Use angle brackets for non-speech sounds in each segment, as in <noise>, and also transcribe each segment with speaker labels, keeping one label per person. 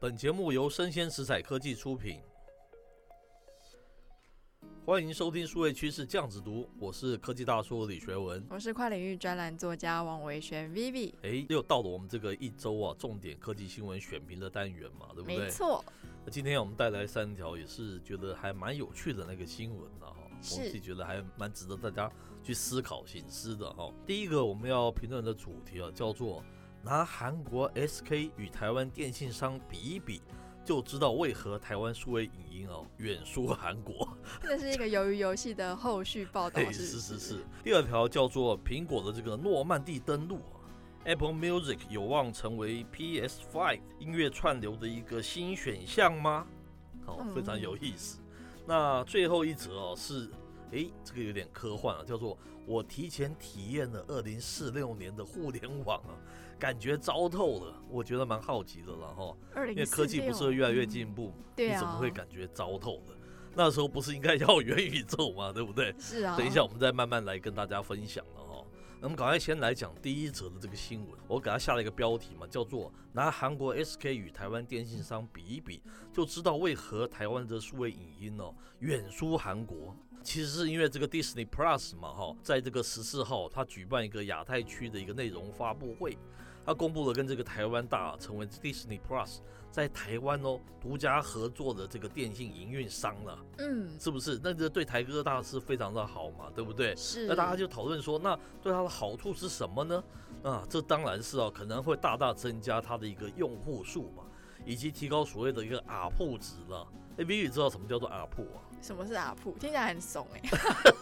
Speaker 1: 本节目由生鲜食材科技出品，欢迎收听数位趋势酱子读，我是科技大叔李学文。
Speaker 2: 我是跨领域专栏作家王维轩 Vivi，
Speaker 1: 诶，又到了我们这个一周啊重点科技新闻选评的单元嘛，对不
Speaker 2: 没
Speaker 1: 对？
Speaker 2: 错，
Speaker 1: 那今天我们带来三条也是觉得还蛮有趣的那个新闻的哈，我们
Speaker 2: 是
Speaker 1: 自己觉得还蛮值得大家去思考、醒思的哈。第一个我们要评论的主题啊，叫做拿韩国 SK 与台湾电信商比一比。就知道为何台湾数位影音哦远输韩国，
Speaker 2: 这是一个鱿鱼游戏的后续报道
Speaker 1: 对，，
Speaker 2: 是
Speaker 1: 哎是是是。第二条叫做苹果的这个诺曼底登陆啊，Apple Music 有望成为 PS5 音乐串流的一个新选项吗？哦，非常有意思。那最后一则哦是，诶，这个有点科幻啊，叫做我提前体验了二零四六年的互联网啊，感觉糟透了，我觉得蛮好奇的了哈、
Speaker 2: 二零
Speaker 1: 因为科技不是越来越进步，
Speaker 2: 对啊，
Speaker 1: 你怎么会感觉糟透了？那时候不是应该要 <laughs> 元宇宙吗？对不对？
Speaker 2: 是啊，
Speaker 1: 等一下，我们再慢慢来跟大家分享了哈、那么赶快先来讲第一则的这个新闻，我给它下了一个标题嘛，叫做“拿韩国 SK 与台湾电信商比一比，就知道为何台湾的数位影音哦远输韩国”。其实是因为这个 Disney Plus 嘛哈、在这个十四号，它举办一个亚太区的一个内容发布会，它公布了跟这个台湾大成为 Disney Plus 在台湾哦独家合作的这个电信营运商了。
Speaker 2: 嗯，
Speaker 1: 是不是？那这对台哥大是非常的好嘛，对不对？
Speaker 2: 是，
Speaker 1: 那大家就讨论说，那对它的好处是什么呢？啊，这当然是啊，可能会大大增加它的一个用户数嘛，以及提高所谓的一个 R 铺值了。A B 你知道什么叫做 R 铺啊？ <laughs>
Speaker 2: 什么是阿普？听起来很怂哎，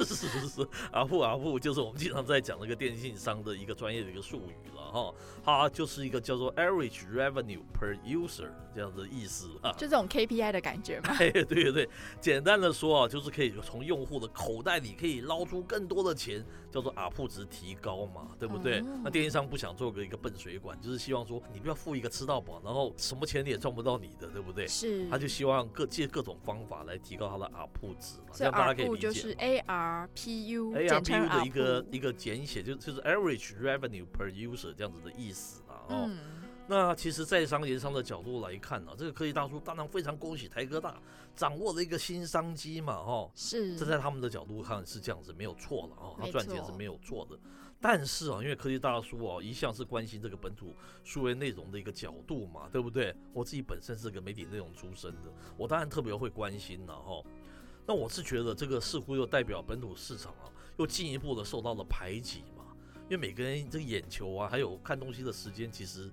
Speaker 1: 是是是，R 铺 R 铺就是我们经常在讲那个电信商的一个专业的一个术语了哈，它就是一个叫做 Average Revenue Per User 这样的意思啦。
Speaker 2: <laughs> 就这种 KPI 的感觉嘛，
Speaker 1: 哎，对对对，简单的说啊，就是可以从用户的口袋里可以捞出更多的钱，叫做 a p 值提高嘛，对不对？
Speaker 2: 嗯
Speaker 1: 那电信商不想做个一个笨水管，就是希望说你不要付一个吃到饱，然后什么钱你也赚不到你的，对不对？
Speaker 2: 是，
Speaker 1: 他就希望各借各种方法来提高他的 a p 值嘛，这
Speaker 2: 所以
Speaker 1: 样大家
Speaker 2: 阿
Speaker 1: 可以
Speaker 2: 普
Speaker 1: 理
Speaker 2: 就
Speaker 1: 解
Speaker 2: 是
Speaker 1: 嘛。
Speaker 2: ARPU，简称
Speaker 1: ARPU
Speaker 2: 阿
Speaker 1: 的
Speaker 2: 普
Speaker 1: 一个一个简写，就就是 average revenue per user 这样子的意思啊。哦，
Speaker 2: 嗯，
Speaker 1: 那其实，在商言商的角度来看呢、啊这个科技大叔当然非常恭喜台哥大掌握了一个新商机嘛，哈、哦，
Speaker 2: 是，
Speaker 1: 这在他们的角度看是这样子，没有错了哦，他
Speaker 2: 嗯没
Speaker 1: 赚钱
Speaker 2: 错
Speaker 1: 是没有错的。但是啊，因为科技大叔哦，一向是关心这个本土数位内容的一个角度嘛，对不对？我自己本身是个媒体内容出身的，我当然特别会关心了哈、那我是觉得这个似乎又代表本土市场啊，又进一步的受到了排挤嘛。因为每个人这个眼球啊，还有看东西的时间，其实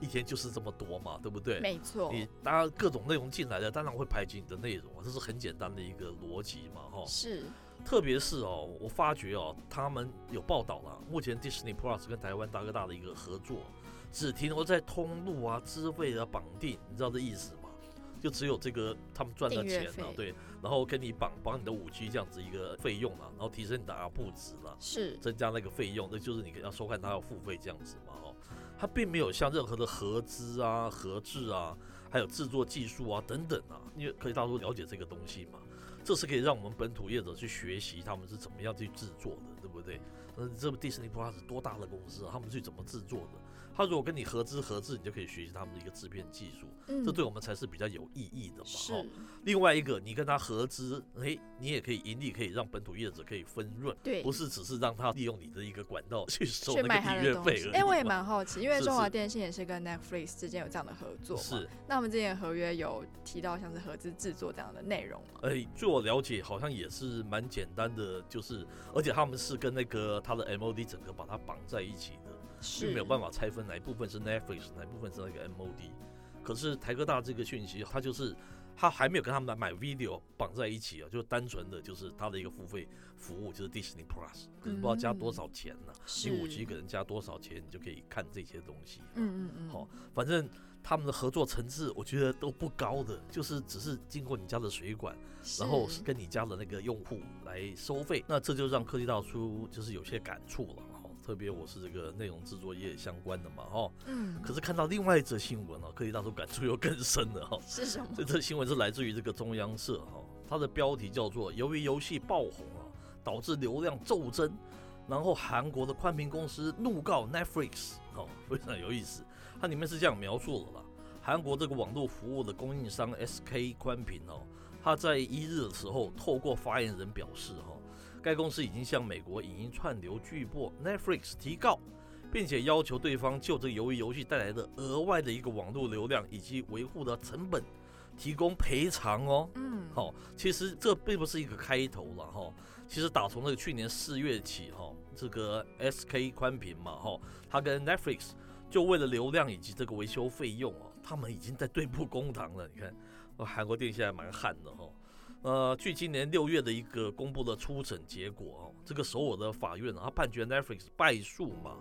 Speaker 1: 一天就是这么多嘛，对不对？
Speaker 2: 没错，
Speaker 1: 你当然各种内容进来的，当然会排挤你的内容啊，这是很简单的一个逻辑嘛，哈。
Speaker 2: 是，
Speaker 1: 特别是哦，我发觉哦，他们有报道了，目前 Disney Plus 跟台湾大哥大的一个合作，只停留在通路啊、资费啊绑定，你知道这意思吗？就只有这个他们赚的
Speaker 2: 订阅
Speaker 1: 钱啊
Speaker 2: 费，
Speaker 1: 对，然后跟你绑绑你的五 G 这样子一个费用啊，然后提升你的 R 布值啦，
Speaker 2: 是，
Speaker 1: 增加那个费用，那就是你要收看它要付费这样子嘛，哦，它并没有像任何的合资啊、合制啊，还有制作技术啊等等啊，因为可以大多了解这个东西嘛，这是可以让我们本土业者去学习他们是怎么样去制作的，对不对？嗯，这部 Disney Plus 多大的公司啊，他们去怎么制作的？他如果跟你合资合制，你就可以学习他们的一个制片技术，
Speaker 2: 嗯，
Speaker 1: 这对我们才是比较有意义的嘛，哦
Speaker 2: 是，
Speaker 1: 另外一个，你跟他合资，诶，你也可以盈利，可以让本土业者可以分润，
Speaker 2: 对
Speaker 1: 不。是只是让他利用你的一个管道去收
Speaker 2: 去
Speaker 1: 那
Speaker 2: 买
Speaker 1: 个
Speaker 2: 他
Speaker 1: 订
Speaker 2: 的
Speaker 1: 阅
Speaker 2: 东
Speaker 1: 费
Speaker 2: 西
Speaker 1: 而已，嘛。
Speaker 2: 哎、我也蛮好奇，因为
Speaker 1: 是
Speaker 2: 中华
Speaker 1: 是
Speaker 2: 电信也是跟 Netflix 之间有这样的合作嘛。
Speaker 1: 是，
Speaker 2: 那我们之前合约有提到像是合资制作这样的内容吗？
Speaker 1: 哎，据我了解，好像也是蛮简单的，就是而且他们是跟那个他的 MOD 整个把它绑在一起的，
Speaker 2: 是
Speaker 1: 并没有办法拆分哪一部分是 Netflix，哪一部分是那个 MOD。可是台科大这个讯息，它就是它还没有跟他们买 video 绑在一起啊，就单纯的就是它的一个付费服务就是 Disney Plus，可是不知道加多少钱呢、
Speaker 2: 是
Speaker 1: 你五 G 给人加多少钱，你就可以看这些东西。，啊
Speaker 2: 嗯嗯嗯，
Speaker 1: 好、反正他们的合作层次我觉得都不高的，就是只是经过你家的水管，
Speaker 2: 是，
Speaker 1: 然后是跟你家的那个用户来收费，那这就让科技大叔就是有些感触了。哦特别我是这个内容制作业相关的嘛，哈、哦，
Speaker 2: 嗯，
Speaker 1: 可是看到另外一则新闻哦，科技大叔感触又更深了哈、哦。
Speaker 2: 是什么？
Speaker 1: 这则新闻是来自于这个中央社哈、它的标题叫做“由于游戏爆红啊，导致流量骤增”，然后韩国的 <laughs> 宽屏公司怒告 Netflix 哦，非常有意思。它里面是这样描述的啦：韩国这个网络服务的供应商 SK 宽频哦，他在一日的时候透过发言人表示哈、哦，该公司已经向美国影音串流巨擘 Netflix 提告，并且要求对方就这个鱿鱼游戏带来的额外的一个网络流量以及维护的成本提供赔偿哦。
Speaker 2: 嗯，
Speaker 1: 好、其实这并不是一个开头了哈、其实打从这个去年四月起哈、这个 SK 宽频嘛哈、它跟 Netflix 就为了流量以及这个维修费用哦，他们已经在对簿公堂了。你看，呃韩国电信还蛮悍的哈、呃，据今年六月的一个公布的初审结果哦，这个首尔的法院啊，它判决 Netflix 败诉嘛，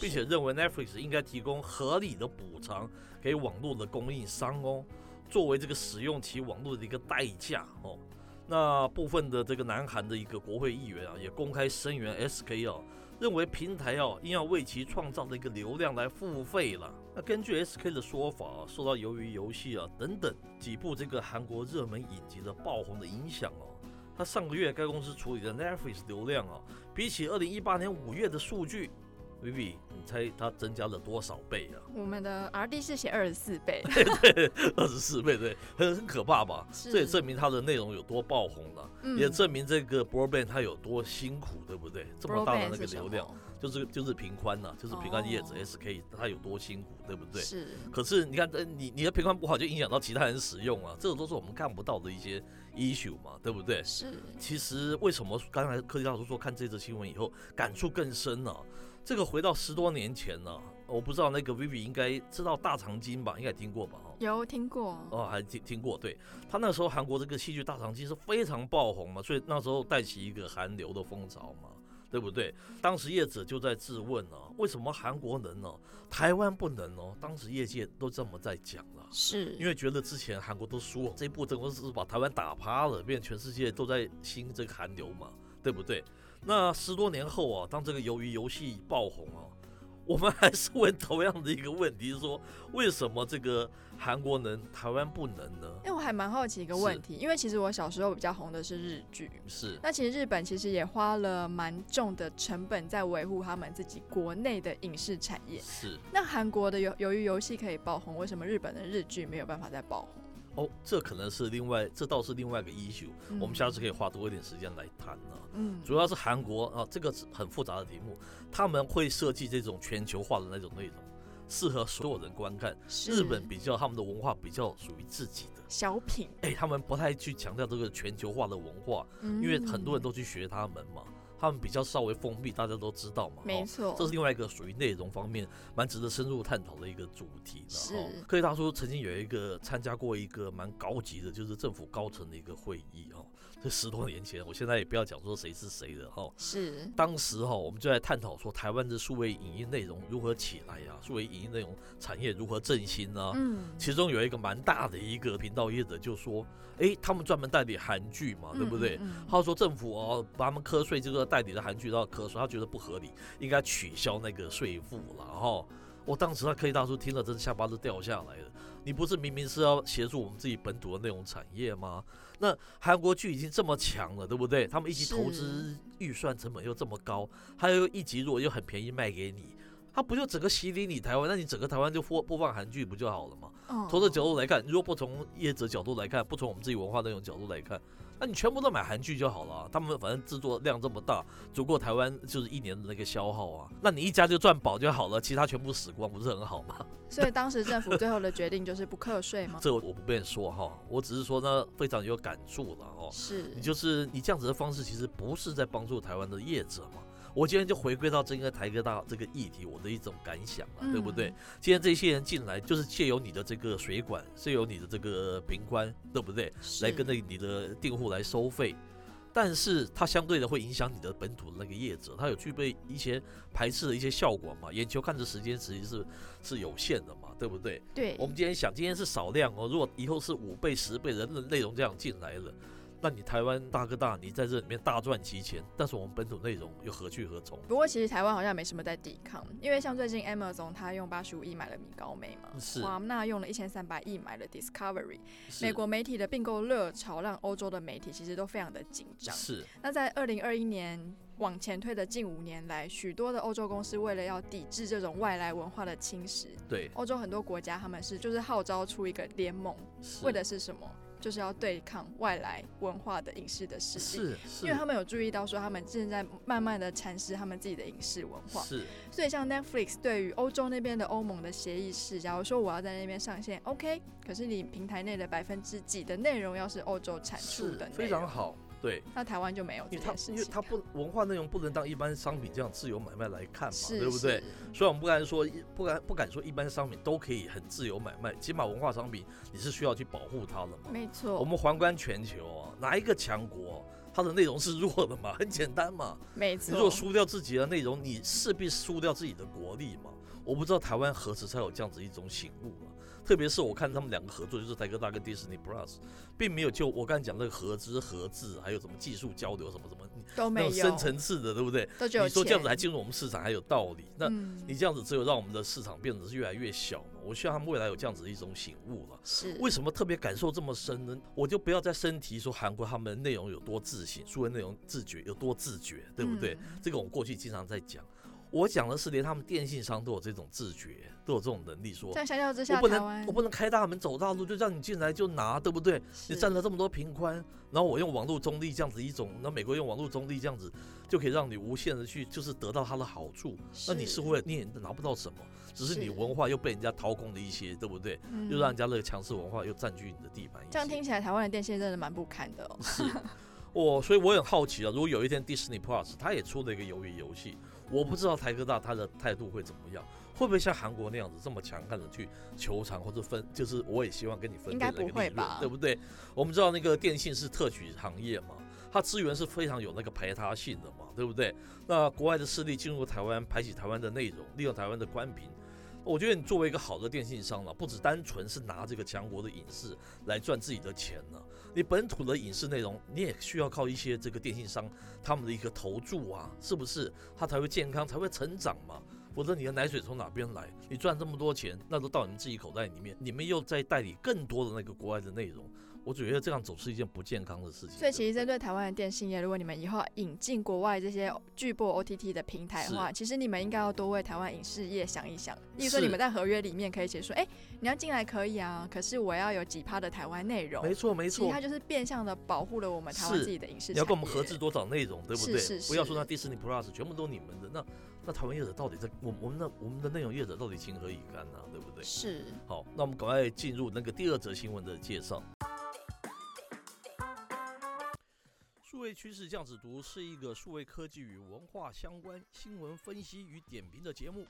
Speaker 1: 并且认为 Netflix 应该提供合理的补偿给网络的供应商哦，作为这个使用其网络的一个代价哦。那部分的这个南韩的一个国会议员啊，也公开声援 SK 哦，认为平台哦应要为其创造的一个流量来付费了。那根据 SK 的说法、啊，受到由于游戏啊等等几部这个韩国热门影集的爆红的影响哦，它上个月该公司处理的 Netflix 流量啊，比起二零一八年五月的数据，Vivi，你猜它增加了多少倍啊？ <laughs>
Speaker 2: 我们的 R D 是写二十四倍，
Speaker 1: 二十四倍，对，很很可怕吧？
Speaker 2: 是
Speaker 1: 这也证明它的内容有多爆红了、<laughs>
Speaker 2: 嗯
Speaker 1: 也证明这个 Broadband 它有多辛苦，对不对？这么大的
Speaker 2: Broadband
Speaker 1: 那个
Speaker 2: 是什
Speaker 1: 流量，
Speaker 2: 么
Speaker 1: 就是就是平宽呐、就是平宽叶子
Speaker 2: 哦
Speaker 1: SK 它有多辛苦，对不对？
Speaker 2: 是
Speaker 1: 可是你看，呃你你的平宽不好，就影响到其他人使用啊，这种都是我们看不到的一些 issue 嘛，对不对？
Speaker 2: 是
Speaker 1: 其实为什么刚才科技大叔说看这则新闻以后感触更深呢、这个回到十多年前呢、我不知道那个 Vivi 应该知道大长今吧，应该听过吧？哦
Speaker 2: 有听过，
Speaker 1: 哦，还听听过，对他那时候韩国这个戏剧大长今是非常爆红嘛，所以那时候带起一个韩流的风潮嘛，对不对？当时业者就在质问呢、为什么韩国能呢、台湾不能哦？当时业界都这么在讲了、
Speaker 2: 是
Speaker 1: 因为觉得之前韩国都输，这一步真的是把台湾打趴了，变成全世界都在兴这个韩流嘛，对不对？那十多年后啊，当这个鱿鱼游戏爆红啊，我们还是问同样的一个问题：说为什么这个韩国能，台湾不能呢？
Speaker 2: 哎，我还蛮好奇一个
Speaker 1: 是
Speaker 2: 问题，因为其实我小时候比较红的是日剧，
Speaker 1: 是
Speaker 2: 那其实日本其实也花了蛮重的成本在维护他们自己国内的影视产业。
Speaker 1: 是
Speaker 2: 那韩国的由由于游戏可以爆红，为什么日本的日剧没有办法再爆红？
Speaker 1: 哦，这可能是另外，这倒是另外一个 issue，、
Speaker 2: 嗯
Speaker 1: 我们下次可以花多一点时间来谈啊。
Speaker 2: 嗯
Speaker 1: 主要是韩国啊，这个是很复杂的题目，他们会设计这种全球化的那种内容，适合所有人观看。
Speaker 2: 嗯是
Speaker 1: 日本比较他们的文化比较属于自己的，
Speaker 2: 小品，
Speaker 1: 哎，他们不太去强调这个全球化的文化，
Speaker 2: 因
Speaker 1: 因为很
Speaker 2: 嗯
Speaker 1: 多人都去学他们嘛，他们比较稍微封闭，大家都知道嘛。
Speaker 2: 没
Speaker 1: 哦
Speaker 2: 错，
Speaker 1: 这是另外一个属于内容方面蛮值得深入探讨的一个主题
Speaker 2: 是
Speaker 1: 了哈。科技大叔曾经有一个参加过一个蛮高级的，就是政府高层的一个会议哦，这十多年前，我现在也不要讲说谁是谁了哈、
Speaker 2: 是
Speaker 1: 当时哈、我们就在探讨说台湾的数位影音内容如何起来呀、数位影音内容产业如何振兴啊。
Speaker 2: 嗯
Speaker 1: 其中有一个蛮大的一个频道业者就说，诶，他们专门代理韩剧嘛，啊对不对？
Speaker 2: 嗯嗯嗯
Speaker 1: 他说政府哦，把他们课税这个代理的韩剧都要课税，他觉得不合理，应该取消那个税负了哈。我当时他科技大叔听了，真的下巴都掉下来了。你不是明明是要协助我们自己本土的内容产业吗？那韩国剧已经这么强了，对不对？他们一集投资预算成本又这么高，还有一集如果又很便宜卖给你，他不就整个洗礼你台湾？那你整个台湾就播播放韩剧不就好了吗？
Speaker 2: 嗯
Speaker 1: 从这角度来看，如果不从业者角度来看，不从我们自己文化内容角度来看，那你全部都买韩剧就好了啊、他们反正制作量这么大，足够台湾就是一年的那个消耗啊。那你一家就赚饱就好了，其他全部死光，不是很好吗？
Speaker 2: 嗯所以当时政府最后的决定就是不课税吗？
Speaker 1: 这我不便说哈，我只是说呢，非常有感触了 <laughs> 哦。
Speaker 2: 是
Speaker 1: 你就是你这样子的方式，其实不是在帮助台湾的业者嘛。我今天就回归到这个台科大这个议题，我的一种感想了，
Speaker 2: 嗯
Speaker 1: 对不对？？今天这些人进来，就是借由你的这个水管，借由你的这个平关，对不对？
Speaker 2: 嗯
Speaker 1: 来跟
Speaker 2: 是
Speaker 1: 那你的订户来收费，但是它相对的会影响你的本土的那个业者，它有具备一些排斥的一些效果嘛？眼球看着时间其实是是有限的嘛，对不对？
Speaker 2: 对
Speaker 1: 我们今天想，今天是少量哦，如果以后是五倍、十倍的内内容这样进来了。那你台湾大哥大，你在这里面大赚其钱，但是我们本土内容又何去何从？
Speaker 2: 不过其实台湾好像没什么在抵抗，因为像最近 Amazon 他用八十五亿买了米高梅嘛，
Speaker 1: 是
Speaker 2: 华纳用了一千三百亿买了 Discovery，
Speaker 1: 是
Speaker 2: 美国媒体的并购热潮让欧洲的媒体其实都非常的紧张。
Speaker 1: 是
Speaker 2: 那在二零二一年往前推的近五年来，许多的欧洲公司为了要抵制这种外来文化的侵蚀，
Speaker 1: 对，
Speaker 2: 欧洲很多国家他们是就是号召出一个联盟，
Speaker 1: 是
Speaker 2: 为的是什么？就是要对抗外来文化的影视的势力。
Speaker 1: 是是，
Speaker 2: 因为他们有注意到说，他们正在慢慢的蚕食他们自己的影视文化，
Speaker 1: 是
Speaker 2: 所以像 Netflix 对于欧洲那边的欧盟的协议是，假如说我要在那边上线，OK，可是你平台内的百分之几的内容要是欧洲产出
Speaker 1: 是
Speaker 2: 的内容，
Speaker 1: 非常好，对。
Speaker 2: 那台湾就没有这
Speaker 1: 因为它
Speaker 2: 件事情
Speaker 1: 因
Speaker 2: 啊，
Speaker 1: 为它不文化内容不能当一般商品这样自由买卖来看嘛，
Speaker 2: 是
Speaker 1: 对不对？？
Speaker 2: 是
Speaker 1: 所以我们不敢说一不敢不敢说一般商品都可以很自由买卖，起码文化商品你是需要去保护它的嘛。
Speaker 2: 没
Speaker 1: 我
Speaker 2: 错，
Speaker 1: 们环观全球啊，哪一个强国它的内容是弱的嘛？很简单嘛，
Speaker 2: 没
Speaker 1: 你如果
Speaker 2: 错，
Speaker 1: 输掉自己的内容，你势必输掉自己的国力嘛。我不知道台湾何时才有这样子一种醒悟啊！特别是我看他们两个合作，就是台哥大跟 Disney Plus，并没有就我刚才讲那个合资、合制，还有什么技术交流什么什么，
Speaker 2: 都
Speaker 1: 那
Speaker 2: 没
Speaker 1: 种深
Speaker 2: 有，
Speaker 1: 层次的，对不对？
Speaker 2: 都只有
Speaker 1: 你说这样子还
Speaker 2: 钱，
Speaker 1: 进入我们市场还有道理？那
Speaker 2: 嗯
Speaker 1: 你这样子只有让我们的市场变得是越来越小嘛。我希望他们未来有这样子一种醒悟了。
Speaker 2: 是
Speaker 1: 为什么特别感受这么深呢？我就不要再深提说韩国他们的内容有多自信，书的内容自觉有多自觉，对不对？？
Speaker 2: 嗯
Speaker 1: 这个我过去经常在讲，我讲的是连他们电信商都有这种自觉，都有这种能力说
Speaker 2: 这。样相较之
Speaker 1: 我
Speaker 2: 下，
Speaker 1: 不
Speaker 2: 台湾
Speaker 1: 能，我不能开大门走大路，就让你进来就拿，对不对？你
Speaker 2: 是
Speaker 1: 占了这么多平宽，然后我用网络中立这样子一种，那美国用网络中立这样子，就可以让你无限的去就是得到它的好处。那你是，会你也拿不到什么，只是你
Speaker 2: 是
Speaker 1: 文化又被人家掏空了一些，对不对？
Speaker 2: 嗯
Speaker 1: 又让人家那个强势文化又占据你的地盘一些。
Speaker 2: 这样听起来，台湾的电线真的蛮不堪的哦。 <laughs>
Speaker 1: 是，我所以我很好奇啊，如果有一天 Disney Plus 它也出了一个鱿鱼游戏，我不知道台科大它的态度会怎么样，会不会像韩国那样子这么强悍的去求偿或者分，就是我也希望跟你分
Speaker 2: 应
Speaker 1: 配
Speaker 2: 该
Speaker 1: 那个
Speaker 2: 不
Speaker 1: 利
Speaker 2: 会
Speaker 1: 润
Speaker 2: 吧
Speaker 1: 对不对？我们知道那个电信是特许行业嘛。它资源是非常有那个排他性的嘛，对不对？那国外的势力进入台湾，排挤台湾的内容，利用台湾的官屏，我觉得你作为一个好的电信商了，不只单纯是拿这个强国的影视来赚自己的钱呢、你本土的影视内容，你也需要靠一些这个电信商他们的一个投注啊，是不是？它才会健康，才会成长嘛。否则你的奶水从哪边来？你赚这么多钱，那都到你们自己口袋里面，你们又在代理更多的那个国外的内容，我觉得这样走是一件不健康的事情。
Speaker 2: 所以其实针对台湾的电信业，如果你们以后引进国外这些巨播 OTT 的平台的话，其实你们应该要多为台湾影视业想一想。例如
Speaker 1: 是
Speaker 2: 说，你们在合约里面可以写说，哎、你要进来可以啊，可是我要有几趴的台湾内容。
Speaker 1: 没错没
Speaker 2: 其实
Speaker 1: 错
Speaker 2: 它，就是变相的保护了我们台湾
Speaker 1: 是
Speaker 2: 自己的影视
Speaker 1: 你要
Speaker 2: 产
Speaker 1: 跟我们合
Speaker 2: 业
Speaker 1: 制多少内容，对不
Speaker 2: 是
Speaker 1: 对？
Speaker 2: 是
Speaker 1: 不要
Speaker 2: 是
Speaker 1: 说那 Disney Plus 全部都你们的，那那台湾业者到底在我我们的我们的内容业者到底情何以堪呢、对不对？
Speaker 2: 是
Speaker 1: 好，那我们赶快进入那个第二则新闻的介绍。数位趋势这样子读是一个数位科技与文化相关新闻分析与点评的节目。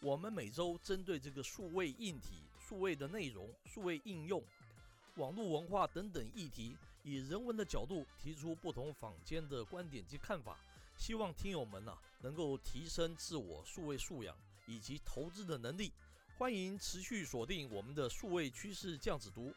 Speaker 1: 我们每周针对这个数位硬体、数位的内容、数位应用、网络文化等等议题，以人文的角度提出不同坊间的观点及看法，希望听友们呐、能够提升自我数位素养以及投资的能力。欢迎持续锁定我们的数位趋势酱子读。